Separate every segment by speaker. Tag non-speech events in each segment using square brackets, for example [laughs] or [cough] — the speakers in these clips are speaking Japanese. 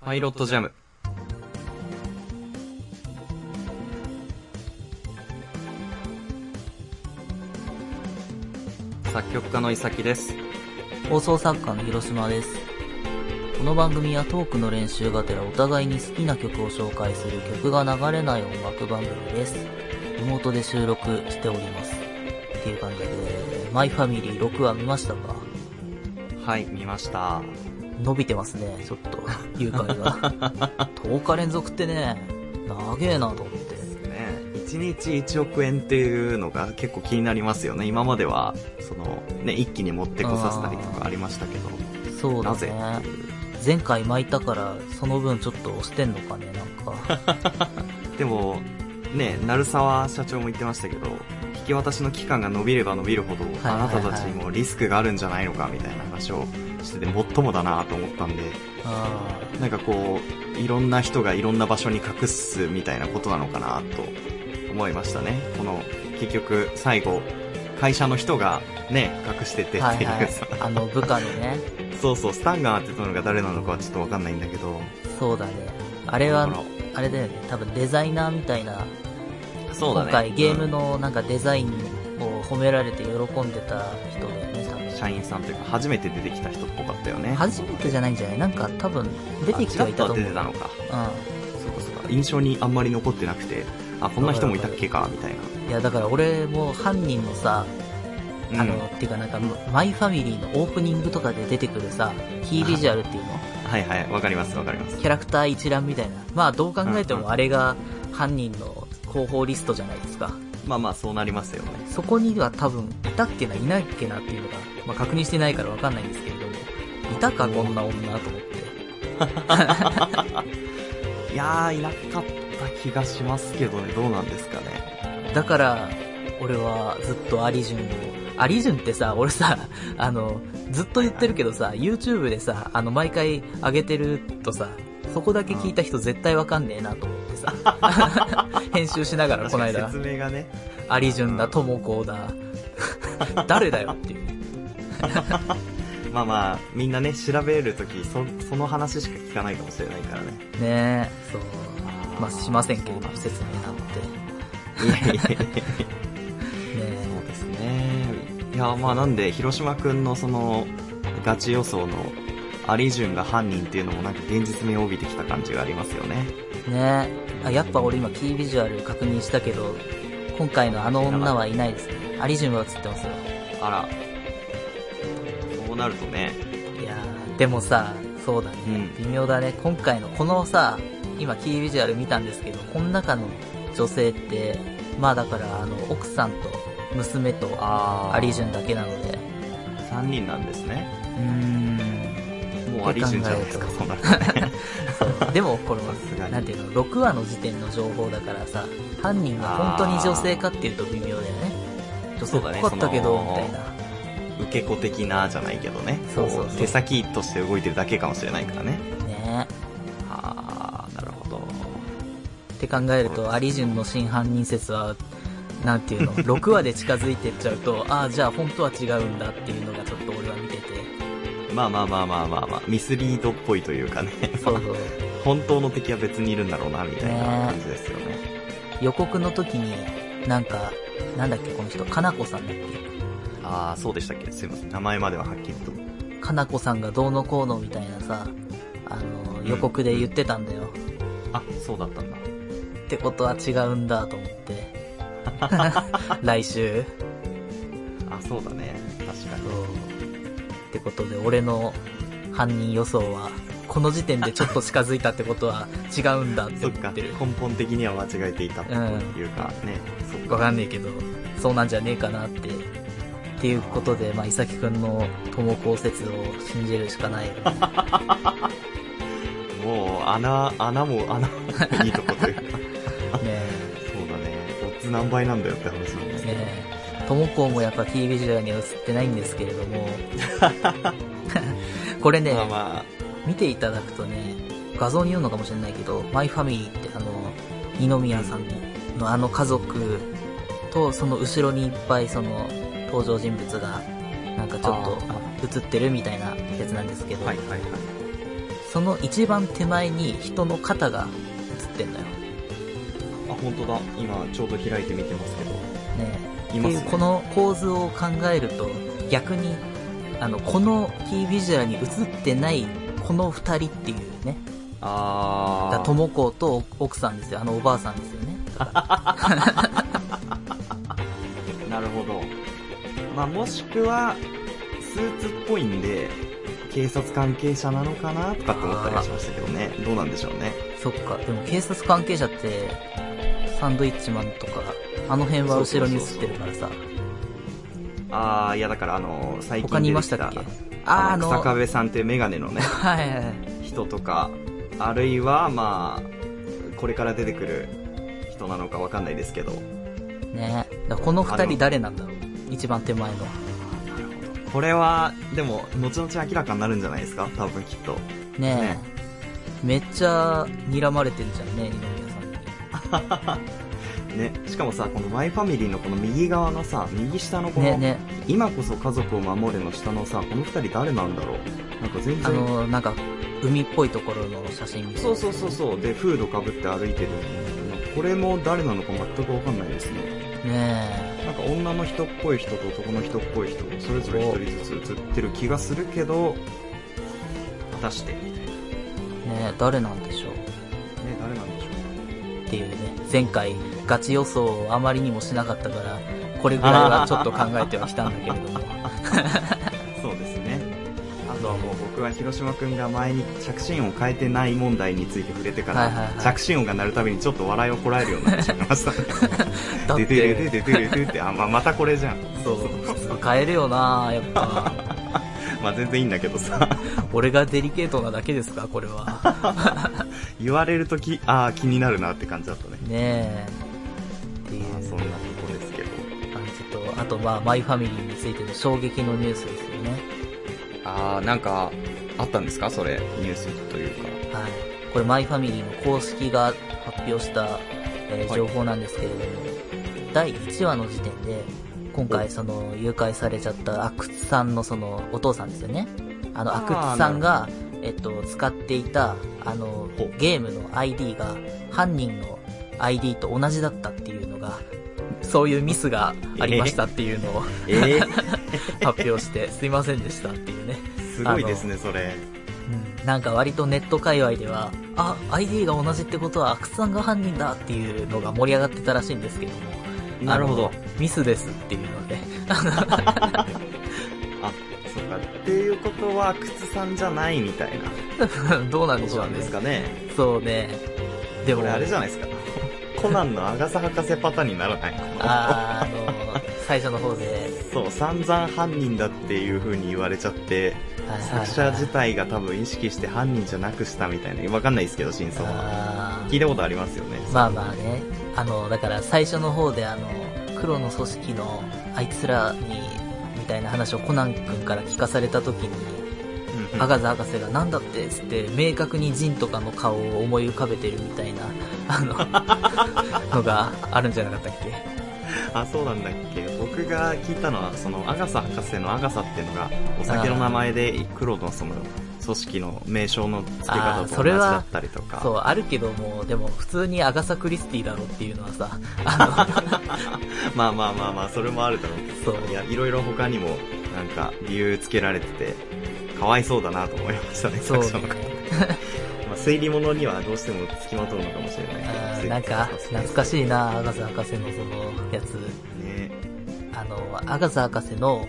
Speaker 1: パイロットジャム作曲家のいさきです
Speaker 2: 放送作家の広島です。この番組はトークの練習がてらお互いに好きな曲を紹介する曲が流れない音楽番組です。リモートで収録しております。っていう感じで、マイファミリー6話見ましたか
Speaker 1: はい見ました
Speaker 2: 伸びてますね、ちょっと、誘拐が。10日連続ってね、長えなと思って。
Speaker 1: ね1日1億円っていうのが結構気になりますよね今まではそのね一気に持ってこさせたりとかありましたけど
Speaker 2: そうだ
Speaker 1: なぜっ
Speaker 2: ね
Speaker 1: て。いう
Speaker 2: 前回巻いたから、その分ちょっと押してんのかね、
Speaker 1: [laughs]
Speaker 2: なんか。
Speaker 1: でもね鳴沢社長も言ってましたけど引き渡しの期間が伸びれば伸びるほど、
Speaker 2: はいはい
Speaker 1: あなたたちにもリスクがあるんじゃないのかみたいな話をしててもっともだなと思ったんで
Speaker 2: あ
Speaker 1: なんかこういろんな人がいろんな場所に隠すみたいなことなのかなと思いましたねこの結局最後会社の人がね隠しててって
Speaker 2: ー
Speaker 1: いう、
Speaker 2: はいはい
Speaker 1: さ。
Speaker 2: あの、部下のね。
Speaker 1: [laughs] そうそうスタンガン当てたのが誰なのかはちょっとわかんないんだけど
Speaker 2: そうだね。あれ
Speaker 1: だか
Speaker 2: は、あれだよね。多分デザイナーみたいな、
Speaker 1: らそうだね
Speaker 2: 今回ゲーム
Speaker 1: の、
Speaker 2: のなんかデザインを褒められて喜んでた人だよね、多
Speaker 1: うん
Speaker 2: 分。
Speaker 1: 社員さんというか初めて出てきた人っぽかったよね
Speaker 2: 初めてじゃないんじゃないなんか多分出てきてはいたと思う。
Speaker 1: あちらっとは出てたのか
Speaker 2: う。
Speaker 1: そうかそうか印象にあんまり残ってなくてあこんな人もいたっけかみたいなん
Speaker 2: いや、だから俺も犯人のさ、あの、
Speaker 1: うん
Speaker 2: っていうかなんか、マイファミリーのオープニングとかで出てくるさ、キービジュアルっていうの
Speaker 1: はいはいわかりますわかります
Speaker 2: キャラクター一覧みたいな。まあどう考えて
Speaker 1: うんう
Speaker 2: も
Speaker 1: ん
Speaker 2: あれが犯人の広報リストじゃないですか。
Speaker 1: まあまあそうなりますよね
Speaker 2: そこには多分、いたっけないないっけなっていうのが、まあ、確認してないからわかんないんですけれども、いたかこんな女と思って。
Speaker 1: いやーいなかった気がしますけどねどうなんですかね
Speaker 2: だから、俺はずっとアリジュンを、アリジュンってさ、俺さ、 [laughs] あの、ずっと言ってるけどさ、YouTube でさ、あの、毎回上げてるとさ、そこだけ聞いた人絶対わかんねえなと思ってさ、 [laughs] 編集しながらこの間
Speaker 1: 確、かに説明がね
Speaker 2: アリジュンだ、トモコだ、誰だよ [laughs] っていう。
Speaker 1: まあまあみんなね調べるときそその話しか聞かないかもしれないからね
Speaker 2: ねえ、そう。まあ、しませんけれど
Speaker 1: そう
Speaker 2: も、
Speaker 1: なんです
Speaker 2: 説明なんて。ね
Speaker 1: いやいや [laughs] いやいや
Speaker 2: え。
Speaker 1: そうですねいやまあなんで広島くんのそのガチ予想のアリジュンが犯人っていうのもなんか現実味を帯びてきた感じがありますよね
Speaker 2: ねあやっぱ俺今キービジュアル確認したけど今回のあの女はいないですねアリジュンは映ってますよ
Speaker 1: あらそうなるとね
Speaker 2: いやーでもさそうだね、
Speaker 1: う
Speaker 2: 微妙だね今回のこのさ今キービジュアル見たんですけどこの中の女性ってまあだからあの奥さんと娘と
Speaker 1: あー
Speaker 2: アリジュンだけなので
Speaker 1: 3人なんですね
Speaker 2: うーん
Speaker 1: もうアリジュンじゃないですか
Speaker 2: 考え
Speaker 1: そ
Speaker 2: ると
Speaker 1: うなるとね
Speaker 2: そう [laughs] でもこれは
Speaker 1: さすがに
Speaker 2: なんていうの6話の時点の情報だからさ犯人が本当に女性かっていうと微妙だよね女性っぽかったけど
Speaker 1: そうだね
Speaker 2: みたいな
Speaker 1: 受け子的なじゃないけどね
Speaker 2: そうそうそう
Speaker 1: こ手先として動いてるだけかもしれないからね
Speaker 2: ね
Speaker 1: ああなるほど
Speaker 2: って考えると、アリジュンの真犯人説は、なんていう
Speaker 1: [laughs]
Speaker 2: の、6話で近づいてっちゃうと、ああ、じゃあ本当は違うんだっていうのがちょっと俺は見てて、
Speaker 1: まあまあまあまあまあまあミスリードっぽいというかね [laughs]
Speaker 2: そうそう。
Speaker 1: 本当の敵は別にいるんだろうなみたいな感じですよね
Speaker 2: 予告の時に、なんか、なんだっけ、この人、かなこさんだっ
Speaker 1: ああそうでしたっけすいません名前までははっきりと
Speaker 2: けかなこさんがどうのこうのみたいなさ、あの、予告で言ってたんだよ。
Speaker 1: あそうだったんだ
Speaker 2: ってことは違うんだと
Speaker 1: [laughs]
Speaker 2: 思って。来週。
Speaker 1: あそうだね確か
Speaker 2: そ
Speaker 1: に
Speaker 2: うってことで、俺の犯人予想は、この時点でちょっと近づいたってことは違うんだって
Speaker 1: そっ
Speaker 2: 思
Speaker 1: か
Speaker 2: ってる。
Speaker 1: 根本的には間違えていたというか、ねそっ
Speaker 2: わかん
Speaker 1: い
Speaker 2: ねえけど、そうなんじゃねえかなって。っていうことで、まあ、いさきくんの友公説を信じるしか
Speaker 1: [laughs]
Speaker 2: ないよね。
Speaker 1: もう穴穴も穴も [laughs] いいとこというかそ
Speaker 2: ね
Speaker 1: うだねオッズ何倍なんだよって話なんで
Speaker 2: え
Speaker 1: すけど
Speaker 2: ねえ。友公もやっぱ TV 時代には映ってないんですけれど
Speaker 1: [laughs]
Speaker 2: も。これね、
Speaker 1: まあま
Speaker 2: 見ていただくとね、画像に言うのかもしれないけど、マイファミリーってあの、二宮さんのあの家族と、その後ろにいっぱいその、登場人物が、なんかちょっ
Speaker 1: あ
Speaker 2: と映ってるみたいなやつなんですけど、
Speaker 1: あはいはいはい
Speaker 2: その一番手前に人の肩が映ってんだよ。ね
Speaker 1: あ本当だ今ちょうど開いて見てますけど
Speaker 2: え
Speaker 1: い
Speaker 2: って
Speaker 1: ます
Speaker 2: い
Speaker 1: ね
Speaker 2: うこの構図を考えると、逆に、あの、このキービジュアルに映ってないこの二人っていうね、
Speaker 1: あ
Speaker 2: が
Speaker 1: ー
Speaker 2: 智子と奥さんですよ。あのおばあさんですよね。
Speaker 1: なるほど。まあ、もしくは、スーツっぽいんで、警察関係者なのかなとかって思ったりはしましたけどね。どうなんでしょうね。
Speaker 2: そっか、でも警察関係者って、サンドイッチマンとか、あの辺は後ろに映ってるからさ、
Speaker 1: あー、いやだからあの、最近
Speaker 2: 他にいましたっけ
Speaker 1: 出てき
Speaker 2: あー、あ
Speaker 1: あの、
Speaker 2: の、
Speaker 1: 草
Speaker 2: はい
Speaker 1: 壁さんっていうメガネの
Speaker 2: [laughs]
Speaker 1: ね、
Speaker 2: はいはい。
Speaker 1: 人とか、あるいは、まあ、これから出てくる人なのかわかんないですけど、
Speaker 2: ねだからこの二
Speaker 1: あ
Speaker 2: 人
Speaker 1: の
Speaker 2: 誰なんだろう一番手前の。
Speaker 1: これは、でも、後々明らかになるんじゃないですか多分きっと。
Speaker 2: ね
Speaker 1: ね
Speaker 2: え、めっちゃ睨まれてるじゃんね、二宮さんに。
Speaker 1: ね。しかもさ、このマイファミリーのこの右側のさ、右下のこの、
Speaker 2: ねね、
Speaker 1: 今こそ家族を守れの下のさこの二人誰なんだろうなんか全然
Speaker 2: あの、なんか、海っぽいところの写真見て
Speaker 1: そうそうそうそうでフードかぶって歩いてるこれも誰なのか全くわかんないですね
Speaker 2: ね
Speaker 1: なんか女の人っぽい人と男の人っぽい人それぞれ一人ずつ映ってる気がするけど果たしてみたいなね
Speaker 2: え、ねえ、誰なんでしょう
Speaker 1: 誰なんでしょう
Speaker 2: っていうね、前回ガチ予想をあまりにもしなかったから、これぐらいはちょっと考えてはきたんだけれども。
Speaker 1: そうですねあとはもう僕は広島くんが前に着信音変えてない問題について触れてから、
Speaker 2: はいはいはい
Speaker 1: 着信音が鳴るたびにちょっと笑いをこらえるようになってしまいましたね
Speaker 2: [laughs] だっ
Speaker 1: 出てる
Speaker 2: て、
Speaker 1: 出てる出てるってあ、まあ、またこれじゃん
Speaker 2: そう、普通変えるよなやっぱ。
Speaker 1: まあ全然いいんだけどさ
Speaker 2: 俺がデリケートなだけですか、これ
Speaker 1: [laughs]
Speaker 2: は。
Speaker 1: 言われるときああ気になるなって感じだったね
Speaker 2: ねえ。っていう
Speaker 1: まあそんなとこですけど
Speaker 2: 感じと、あとまあ、マイファミリーについての衝撃のニュースですよね。
Speaker 1: ああなんかあったんですかそれニュースというか
Speaker 2: はい。これ、マイファミリーの公式が発表した、えー
Speaker 1: はい
Speaker 2: 情報なんですけれども、第1話の時点で、今回、その、誘拐されちゃった阿久津さんのその、お父さんですよね。あの、
Speaker 1: あ
Speaker 2: 阿
Speaker 1: ー
Speaker 2: 久津さんが、えっと、使っていた、あの
Speaker 1: ほう、
Speaker 2: ゲームの ID が、犯人の ID と同じだったっていうのが、そういうミスがありましたっていうのを
Speaker 1: ええ [laughs]
Speaker 2: 発表して、すいませんでしたっていうね。
Speaker 1: すごいですねそれ
Speaker 2: なんか割とネット界隈では、あ、ID が同じってことは、阿久津さんが犯人だっていうのが盛り上がってたらしいんですけども。あの。ミスですっていうので。
Speaker 1: あそっかっていうことは靴さんじゃないみたいな
Speaker 2: [laughs] どうなんで
Speaker 1: こ
Speaker 2: し
Speaker 1: とな
Speaker 2: ょうんね
Speaker 1: で。すかね
Speaker 2: [laughs] そうね。で
Speaker 1: こ
Speaker 2: も、
Speaker 1: れあれじゃない [laughs] ですかコナンのアガサ博士パターンにならない
Speaker 2: あーあの、最初の方で、
Speaker 1: そう散々犯人だっていう風に言われちゃって
Speaker 2: はいはいは
Speaker 1: 作
Speaker 2: い
Speaker 1: 者自体が多分意識して犯人じゃなくしたみたいな、わかんないですけど、真相は。
Speaker 2: あー
Speaker 1: 聞いたことありますよね。
Speaker 2: まあまあね。あの、だから最初の方で、あの、黒の組織のあいつらに、みたいな話をコナン君から聞かされた時に、
Speaker 1: うん
Speaker 2: アガザ博士がなんだってっつって、明確にジンとかの顔を思い浮かべてるみたいな、あの、
Speaker 1: [laughs]
Speaker 2: のがあるんじゃなかったっけ
Speaker 1: あ、そうなんだっけ。僕が聞いたのは、その、アガサ博士のアガサっていうのが、お酒の名前で、黒のその、組織の名称の付け
Speaker 2: あ
Speaker 1: 方
Speaker 2: ー
Speaker 1: と
Speaker 2: そ
Speaker 1: 同
Speaker 2: れ
Speaker 1: じ
Speaker 2: は
Speaker 1: だったりとか。
Speaker 2: そう、あるけども、でも普通にアガサ・クリスティだろっていうのはさ、あ
Speaker 1: まあまあまあまあ、それもあるだろうけ
Speaker 2: の、そう
Speaker 1: ど、い、や、いろいろ他にも、なんか、理由つけられてて、かわいそうだなと思いましたね、
Speaker 2: そう
Speaker 1: 作者の方。
Speaker 2: ね。
Speaker 1: まあ、推理物にはどうしても付きまとうのかもしれないけど
Speaker 2: あ
Speaker 1: 推
Speaker 2: ー
Speaker 1: 理
Speaker 2: なんか、懐かしいな、アガサ博士のその、やつ。
Speaker 1: ね。
Speaker 2: あの、アガサ博士の、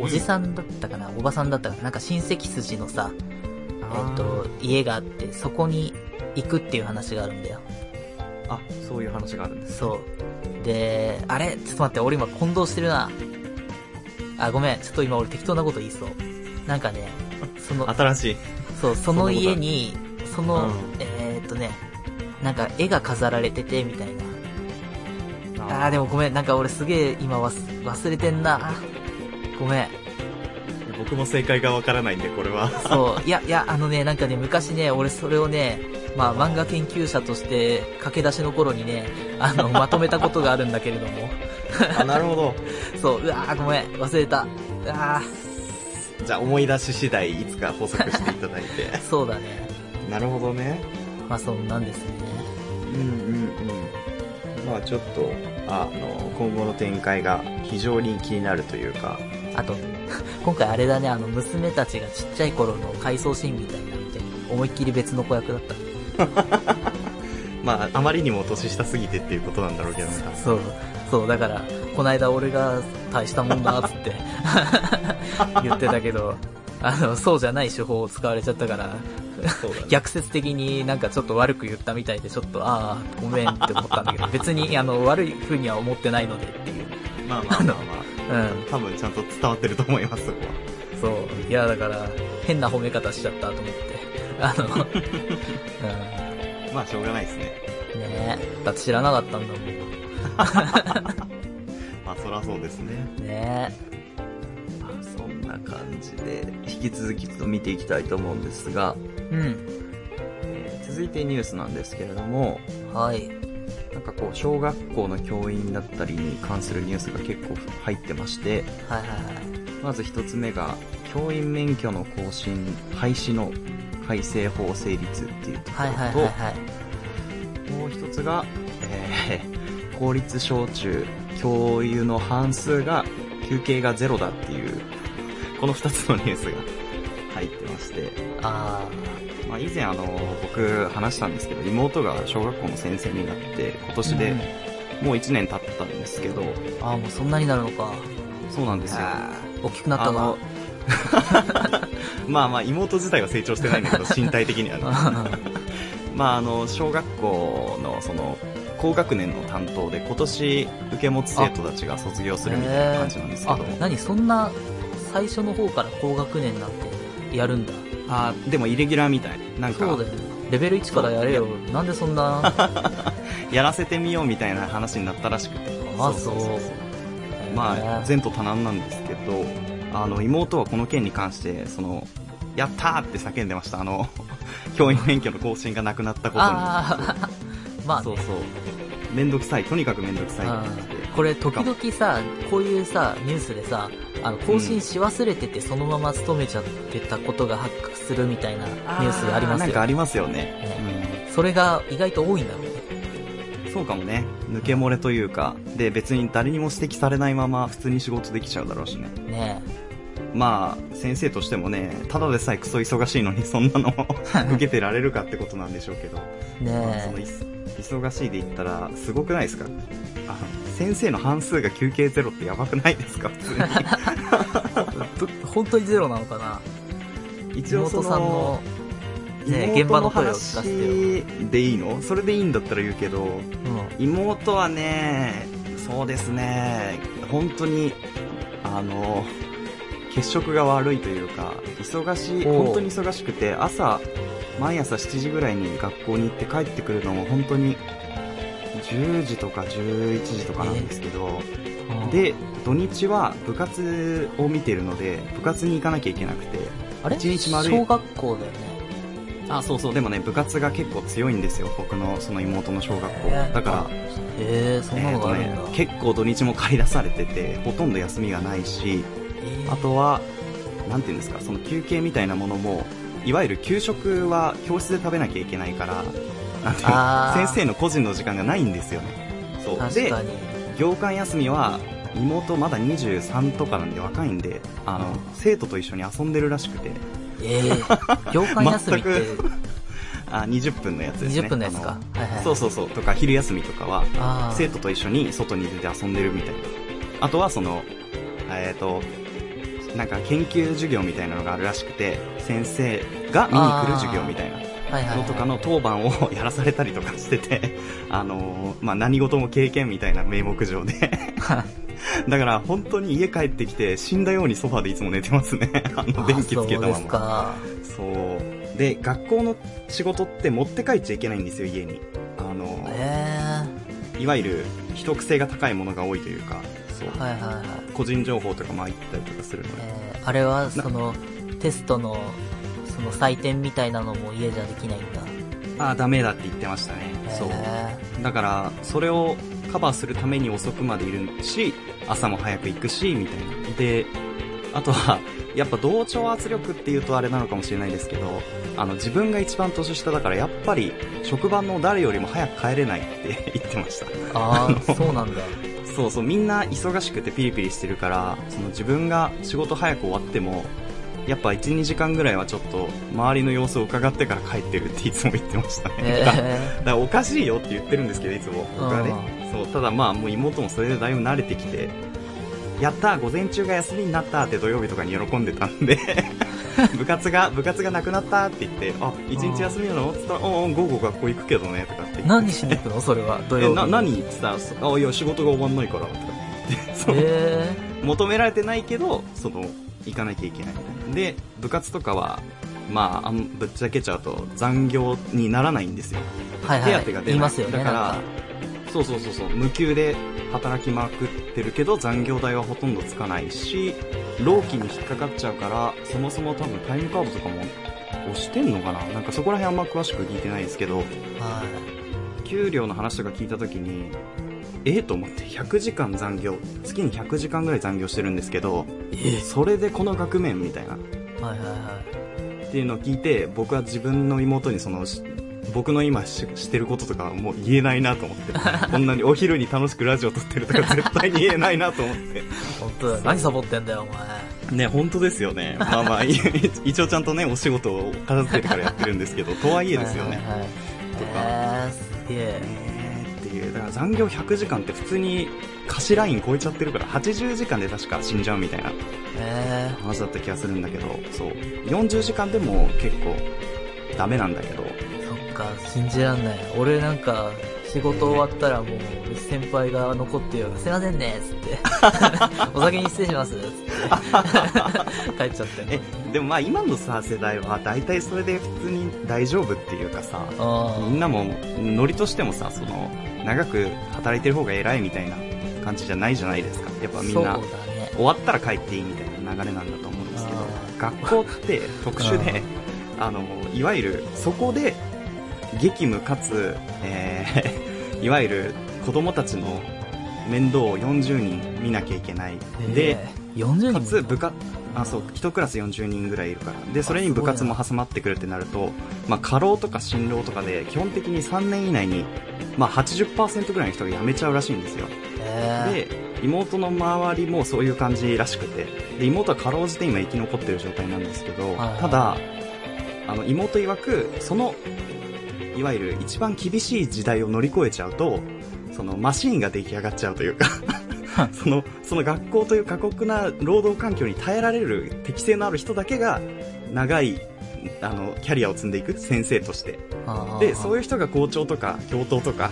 Speaker 2: おじさんだったかな、おばさんだったかな、なんか親戚筋のさ、
Speaker 1: え
Speaker 2: えっと、家があって、そこに行くっていう話があるんだよ。
Speaker 1: あ、そういう話があるんです。
Speaker 2: そう。で、あれちょっと待って、俺今混同してるな。あ、ごめん、ちょっと今俺適当なこと言いそう。なんかね、その、
Speaker 1: 新しい。
Speaker 2: そう、その家に、そ
Speaker 1: う
Speaker 2: の、
Speaker 1: ん
Speaker 2: えーっとね、なんか絵が飾られてて、みたいな。あーでもごめん、なんか俺すげえ今忘忘れてんな。あごめん。
Speaker 1: 僕も正解がわからないんで、これ
Speaker 2: [laughs]
Speaker 1: は。
Speaker 2: そう、いや、いや、あのね、なんかね、昔ね、俺それをね、まあ漫画研究者として駆け出しの頃にね、あの、まとめたことがあるんだけれども。
Speaker 1: あ、なるほど。
Speaker 2: そう、うわーごめん、忘れた。うわ
Speaker 1: じゃあ思い出し次第、いつか補足していただいて。
Speaker 2: ーそうだね。
Speaker 1: [laughs] なるほどね。
Speaker 2: まあそんなんですね。
Speaker 1: うんうんうん。まあちょっと、あの、今後の展開が非常に気になるというか、
Speaker 2: あと、 [laughs] 今回あれだね、あの、娘たちがちっちゃい頃の回想シーンみたいになって、思いっきり別の子役だった。
Speaker 1: まああまりにも年下すぎてっていうことなんだろうけどね。
Speaker 2: そう、そう、だから、こないだ俺が大したもんだっつって [laughs] 言ってたけど、あの、そうじゃない手法を使われちゃったから、
Speaker 1: そうだね。
Speaker 2: 逆説的になんかちょっと悪く言ったみたいで、ちょっと、ああ、ごめんって思ったんだけど、別に、あの、悪い風には思ってないのでっていう。
Speaker 1: まあまあまあまあ。
Speaker 2: うん、
Speaker 1: 多分ちゃんと伝わってると思います、そこは。
Speaker 2: そう。いや、だから、変な褒め方しちゃったと思って。あ
Speaker 1: [laughs]
Speaker 2: の、うん。
Speaker 1: [laughs] まあしょうがないですね。
Speaker 2: ねえ。だって知らなかったんだもん。ね
Speaker 1: まあそらそうですね。
Speaker 2: え。
Speaker 1: そんな感じで、引き続きちょっと見ていきたいと思うんですが、
Speaker 2: うん。
Speaker 1: えー続いてニュースなんですけれども、
Speaker 2: はい。
Speaker 1: なんかこう、小学校の教員だったりに関するニュースが結構入ってまして、
Speaker 2: はいはいはい。
Speaker 1: まず一つ目が、教員免許の更新、廃止の改正法成立っていうとこ
Speaker 2: はいはいはい
Speaker 1: ろ
Speaker 2: はい。
Speaker 1: と、もう一つが、えー公立小中、教諭の半数が休憩がゼロだっていう、この二つのニュースが入ってまして、
Speaker 2: あ
Speaker 1: まあ以前あの、僕話したんですけど、妹が小学校の先生になって、今
Speaker 2: ー。
Speaker 1: 年でもう一年経ったんですけど、
Speaker 2: うんああ、もうそんなになるのか。
Speaker 1: そうなんですよ。
Speaker 2: 大きくなった
Speaker 1: あ
Speaker 2: な
Speaker 1: の。、 [laughs] まあまあ妹自体は成長してないんだ [laughs] けど、身体的にはね。まああの、小学校のその、高学年の担当で今年受け持つ生徒たちが卒業するみたいな感じなんですけど。
Speaker 2: あ、何そんな、最初の方から高学年なんてやるんだ。
Speaker 1: あでもイレギュラーみたい。なん
Speaker 2: そう
Speaker 1: か
Speaker 2: だ、よね。レベル1からやれよ。なんでそんな、あ
Speaker 1: やらせてみようみたいな話になったらしくて。
Speaker 2: あ、そう。
Speaker 1: [laughs] まあ、
Speaker 2: 全
Speaker 1: 前途多難なんですけど、あの、妹はこの件に関して、その、やったーって叫んでました。あの、 [laughs] 教員免許の更新がなくなったことに。
Speaker 2: ああ、 [laughs] まあ
Speaker 1: そう
Speaker 2: ね。
Speaker 1: そう。めんどくさい。とにかくめんどくさいって言って。
Speaker 2: これ時々さ、こういうさ、ニュースでさ、あの、更新し忘れててそのまま勤めちゃってたことが発覚するみたいなニュースあります
Speaker 1: なん
Speaker 2: よ
Speaker 1: かありますよね。
Speaker 2: ね。それが意外と多いんだろうね。
Speaker 1: うん。そうかもね。抜け漏れというか、で、別に誰にも指摘されないまま普通に仕事できちゃうだろうしね。
Speaker 2: ね
Speaker 1: まあ、先生としてもね、ただでさえクソ忙しいのにそんなの
Speaker 2: [laughs]
Speaker 1: 受けてられるかってことなんでしょうけど。
Speaker 2: え。
Speaker 1: まあそ
Speaker 2: ね
Speaker 1: のい忙しいで言ったら、すごくないですかあの先生の半数が休憩ゼロってやばくないですか普通
Speaker 2: え。ど本当にゼロなのかな
Speaker 1: に。 [laughs] 一応そ
Speaker 2: 妹さんの
Speaker 1: の、、
Speaker 2: ね
Speaker 1: 妹
Speaker 2: 現場の声を聞かせてよ。
Speaker 1: 話でいいのそれでいいんだったら言うけど、
Speaker 2: うん。
Speaker 1: 妹はね、そうですね、本当に、あの、血色が悪いというか、忙しい、
Speaker 2: おう
Speaker 1: 本当に忙しくて、朝、毎朝7時ぐらいに学校に行って帰ってくるのも本当に、10時とか11時とかなんですけど、
Speaker 2: うん、
Speaker 1: で、土日は部活を見てるので、部活に行かなきゃいけなくて、
Speaker 2: あれ
Speaker 1: 一日丸い
Speaker 2: 小学校だよね。
Speaker 1: あ、そうそう、でもね、部活が結構強いんですよ、僕のその妹の小学校。
Speaker 2: へえ
Speaker 1: だから、
Speaker 2: へえ、そんな
Speaker 1: え
Speaker 2: の
Speaker 1: ーと
Speaker 2: があるん
Speaker 1: ね
Speaker 2: だ。、
Speaker 1: 結構土日も借り出されてて、ほとんど休みがないし、
Speaker 2: えー
Speaker 1: あとは、なんていうんですか、その休憩みたいなものも、いわゆる給食は教室で食べなきゃいけないから、なんていう
Speaker 2: あー
Speaker 1: の先生の個人の時間がないんですよね。そう。
Speaker 2: 確
Speaker 1: で
Speaker 2: か、に。
Speaker 1: 業間休みは、妹まだ23とかなんで若いんで、あの、生徒と一緒に遊んでるらしくて、
Speaker 2: ええ業界休みって
Speaker 1: 全あ、20分のやつですね。
Speaker 2: 20分のやつか。はい
Speaker 1: あ
Speaker 2: は
Speaker 1: の
Speaker 2: い。
Speaker 1: そうそうそう、とか昼休みとかは、
Speaker 2: あ
Speaker 1: 生徒と一緒に外に出て遊んでるみたいな。あとはその、えっ、と、なんか研究授業みたいなのがあるらしくて、先生が見に来る授業みたいな
Speaker 2: あ、はいはいはい
Speaker 1: のとかの当番をやらされたりとかしてて、あのーまあ、何事も経験みたいな名目上で。だから本当に家帰ってきて死んだようにソファでいつも寝てますね。あの電気つけた
Speaker 2: あそうで
Speaker 1: ますま。
Speaker 2: か。
Speaker 1: そう。で、学校の仕事って持って帰っちゃいけないんですよ、家に。あのー
Speaker 2: え
Speaker 1: いわゆる秘匿性が高いものが多いというか、そう
Speaker 2: えはいはいはい。
Speaker 1: 個人情報とか入ったりとかするので、
Speaker 2: えーあれは、その、テストの、その採点みたいなのも家じゃできないんだ。
Speaker 1: ああ、ダメだって言ってましたね。そう。
Speaker 2: へ
Speaker 1: だから、それをカバーするために遅くまでいるし、朝も早く行くし、みたいな。で、あとは、やっぱ同調圧力っていうとあれなのかもしれないですけど、あの、自分が一番年下だから、やっぱり、職場の誰よりも早く帰れないって言ってました。
Speaker 2: ああ、そうなんだ。
Speaker 1: そうそう、みんな忙しくてピリピリしてるから、その自分が仕事早く終わっても、やっぱ1、2時間ぐらいはちょっと、周りの様子を伺ってから帰ってるっていつも言ってましたね。だから
Speaker 2: え
Speaker 1: だからおかしいよって言ってるんですけど、いつも。僕はね
Speaker 2: あ。
Speaker 1: そう、ただまあ、もう妹もそれでだいぶ慣れてきて、やったー午前中が休みになったーって土曜日とかに喜んでたん
Speaker 2: [laughs]
Speaker 1: で、部活が、部活がなくなったーって言って、あ、一日休みなのって言ったら、おうん、午後学校行くけどね、とかって言っ
Speaker 2: え
Speaker 1: て。
Speaker 2: 何しに行くのそれは。土曜
Speaker 1: え、
Speaker 2: 日。
Speaker 1: な、何って言ったら、そあ、いや、仕事が終わんないから、とかって言って、そう、
Speaker 2: え
Speaker 1: 求められてないけど、その、行かなきゃいけないみたいな。で、部活とかは、まあ、あんぶっちゃけちゃうと残業にならないんですよ。
Speaker 2: えはいは
Speaker 1: 手
Speaker 2: い。
Speaker 1: 当が出ない、
Speaker 2: 言いますよ
Speaker 1: だ
Speaker 2: ね。
Speaker 1: か
Speaker 2: なん
Speaker 1: らそうそうそうそう無給で働きまくってるけど残業代はほとんどつかないし労基に引っかかっちゃうからそもそも多分タイムカードとかも押してんのかななんかそこら辺あんま詳しく聞いてないですけど
Speaker 2: かは
Speaker 1: 給料の話とか聞いた時にええと思って100時間残業月に100時間ぐらい残業してるんですけど
Speaker 2: い。え
Speaker 1: それでこの額面みたいな
Speaker 2: えはいはいはい。
Speaker 1: っていうのを聞いて僕は自分の妹にそのし僕の今ししてることとかもう言えないなと思って [laughs] こんなにお昼に楽しくラジオ撮ってるとか絶対に言えないなと思っ
Speaker 2: 本当だよ。何サボってんだよ、お前。
Speaker 1: てね本当ですよねまあまあい [laughs] 一応ちゃんとねお仕事を片付けてからやってるんですけどと [laughs] はいえですよね
Speaker 2: はいはいはい
Speaker 1: と
Speaker 2: えー、すげえ。
Speaker 1: ねーっていうだから残業100時間って普通に貸しライン超えちゃってるから80時間で確か死んじゃうみたいな
Speaker 2: え
Speaker 1: 話だった気がするんだけどそう40時間でも結構ダメなんだけど
Speaker 2: ー、そっか、信じらんない。俺なんか、仕事終わったらもう、先輩が残ってよ、すいませんね、つ
Speaker 1: [laughs]
Speaker 2: って。お先に失礼します、つって。帰っちゃってん
Speaker 1: [laughs]
Speaker 2: の
Speaker 1: えでもまあ今のさ世代は大体それで普通に大丈夫っていうかさ
Speaker 2: あ
Speaker 1: みんなもノリとしてもさその長く働いてる方が偉いみたいな感じじゃないじゃないですかやっぱ
Speaker 2: あ、
Speaker 1: み
Speaker 2: そ
Speaker 1: ん
Speaker 2: うだ
Speaker 1: な
Speaker 2: ね。
Speaker 1: 終わったら帰っていいみたいな流れなんだと思うんですけど
Speaker 2: あ
Speaker 1: 学校って特殊であのいわゆるそこで激務かつ、えー [laughs] いわゆる子供たちの面倒を40人見なきゃいけないで、
Speaker 2: えー、40人
Speaker 1: か
Speaker 2: も
Speaker 1: つ部活あそう1クラス40人ぐらいいるからでそれに部活も挟まってくるってなると、まあ、過労とか心労とかで基本的に3年以内に、まあ、80%ぐらいの人が辞めちゃうらしいんですよ
Speaker 2: え
Speaker 1: で妹の周りもそういう感じらしくてで妹はかろうじて今生き残ってる状態なんですけど
Speaker 2: はいはい
Speaker 1: ただあの妹曰くそのいわゆる一番厳しい時代を乗り越えちゃうとそのマシーンが出来上がっちゃうというか [laughs] そのその学校という過酷な労働環境に耐えられる適性のある人だけが長いあのキャリアを積んでいく先生として
Speaker 2: ー、
Speaker 1: でそう
Speaker 2: い
Speaker 1: いう人が校長とか教頭とか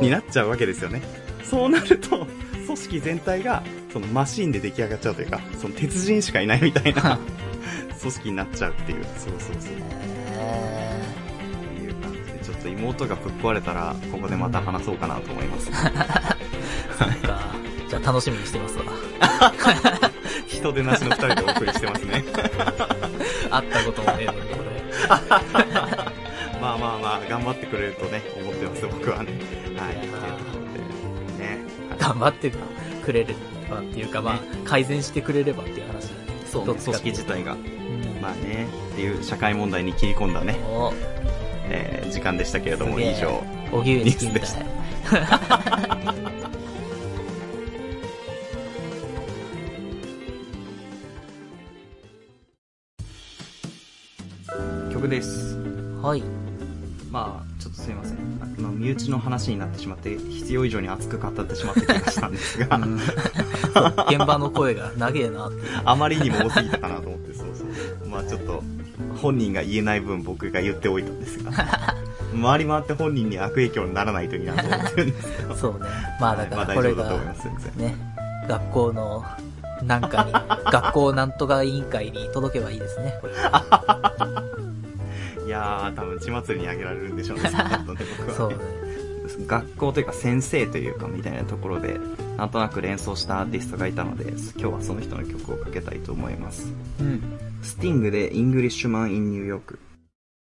Speaker 2: う
Speaker 1: になっちゃうわけですよねそうなると組織全体がそのマシンで出来上がっちゃうというかその鉄人しかいないみたい
Speaker 2: [laughs]
Speaker 1: な組織になっちゃうっていうそうそうそう
Speaker 2: え
Speaker 1: っていう感じでちょっと妹がぶっ壊れたらここでまた話そうかなと思います
Speaker 2: ー、そっか。じゃあ楽しみにしてま
Speaker 1: [laughs]
Speaker 2: すわ。
Speaker 1: 人手なしの2人でお送りしてますね [laughs]
Speaker 2: 会ったこともねえのに、俺。
Speaker 1: まあまあまあ頑張ってくれるとね思ってます僕はねはいとい
Speaker 2: いやー
Speaker 1: うことでね
Speaker 2: 頑張ってくれればっていうか、まあ、改善してくれればっていう話だね。
Speaker 1: そう
Speaker 2: ど
Speaker 1: ね
Speaker 2: っ
Speaker 1: 組
Speaker 2: ちかっ
Speaker 1: 織
Speaker 2: ていうと
Speaker 1: 自体が
Speaker 2: うん
Speaker 1: まあねっていう社会問題に切り込んだね、
Speaker 2: お、
Speaker 1: えー時間でしたけれども
Speaker 2: すげえ
Speaker 1: 以上
Speaker 2: おぎゅうにきみたい。
Speaker 1: 曲です
Speaker 2: はい。
Speaker 1: まあちょっとすいませんあの身内の話になってしまって必要以上に熱く語ってしまった気がしたんです
Speaker 2: [laughs]
Speaker 1: が、 [laughs]
Speaker 2: 現場の声が長えなっていう。
Speaker 1: あまりにも多すぎたかなと思ってそうそうまあちょっと本人が言えない分僕が言っておいたんですが
Speaker 2: [laughs]
Speaker 1: 回り回って本人に悪影響にならないといいなと思ってるんですけど
Speaker 2: そうね。 [laughs] まあだから、
Speaker 1: まあ
Speaker 2: こ
Speaker 1: 大丈
Speaker 2: れ
Speaker 1: 夫だと
Speaker 2: が
Speaker 1: 思います全然、
Speaker 2: ね、学校の、なんか
Speaker 1: [laughs]
Speaker 2: に、学校なんとか委員会に届けばいいですね。これ
Speaker 1: いやー多分血祭りにあげられるんでしょうねその後ね僕はね
Speaker 2: そうね。
Speaker 1: 学校というか先生というかみたいなところでなんとなく連想したアーティストがいたので今日はその人の曲をかけたいと思います
Speaker 2: うん。
Speaker 1: スティングでイングリッシュマン・イン・ニューヨーク。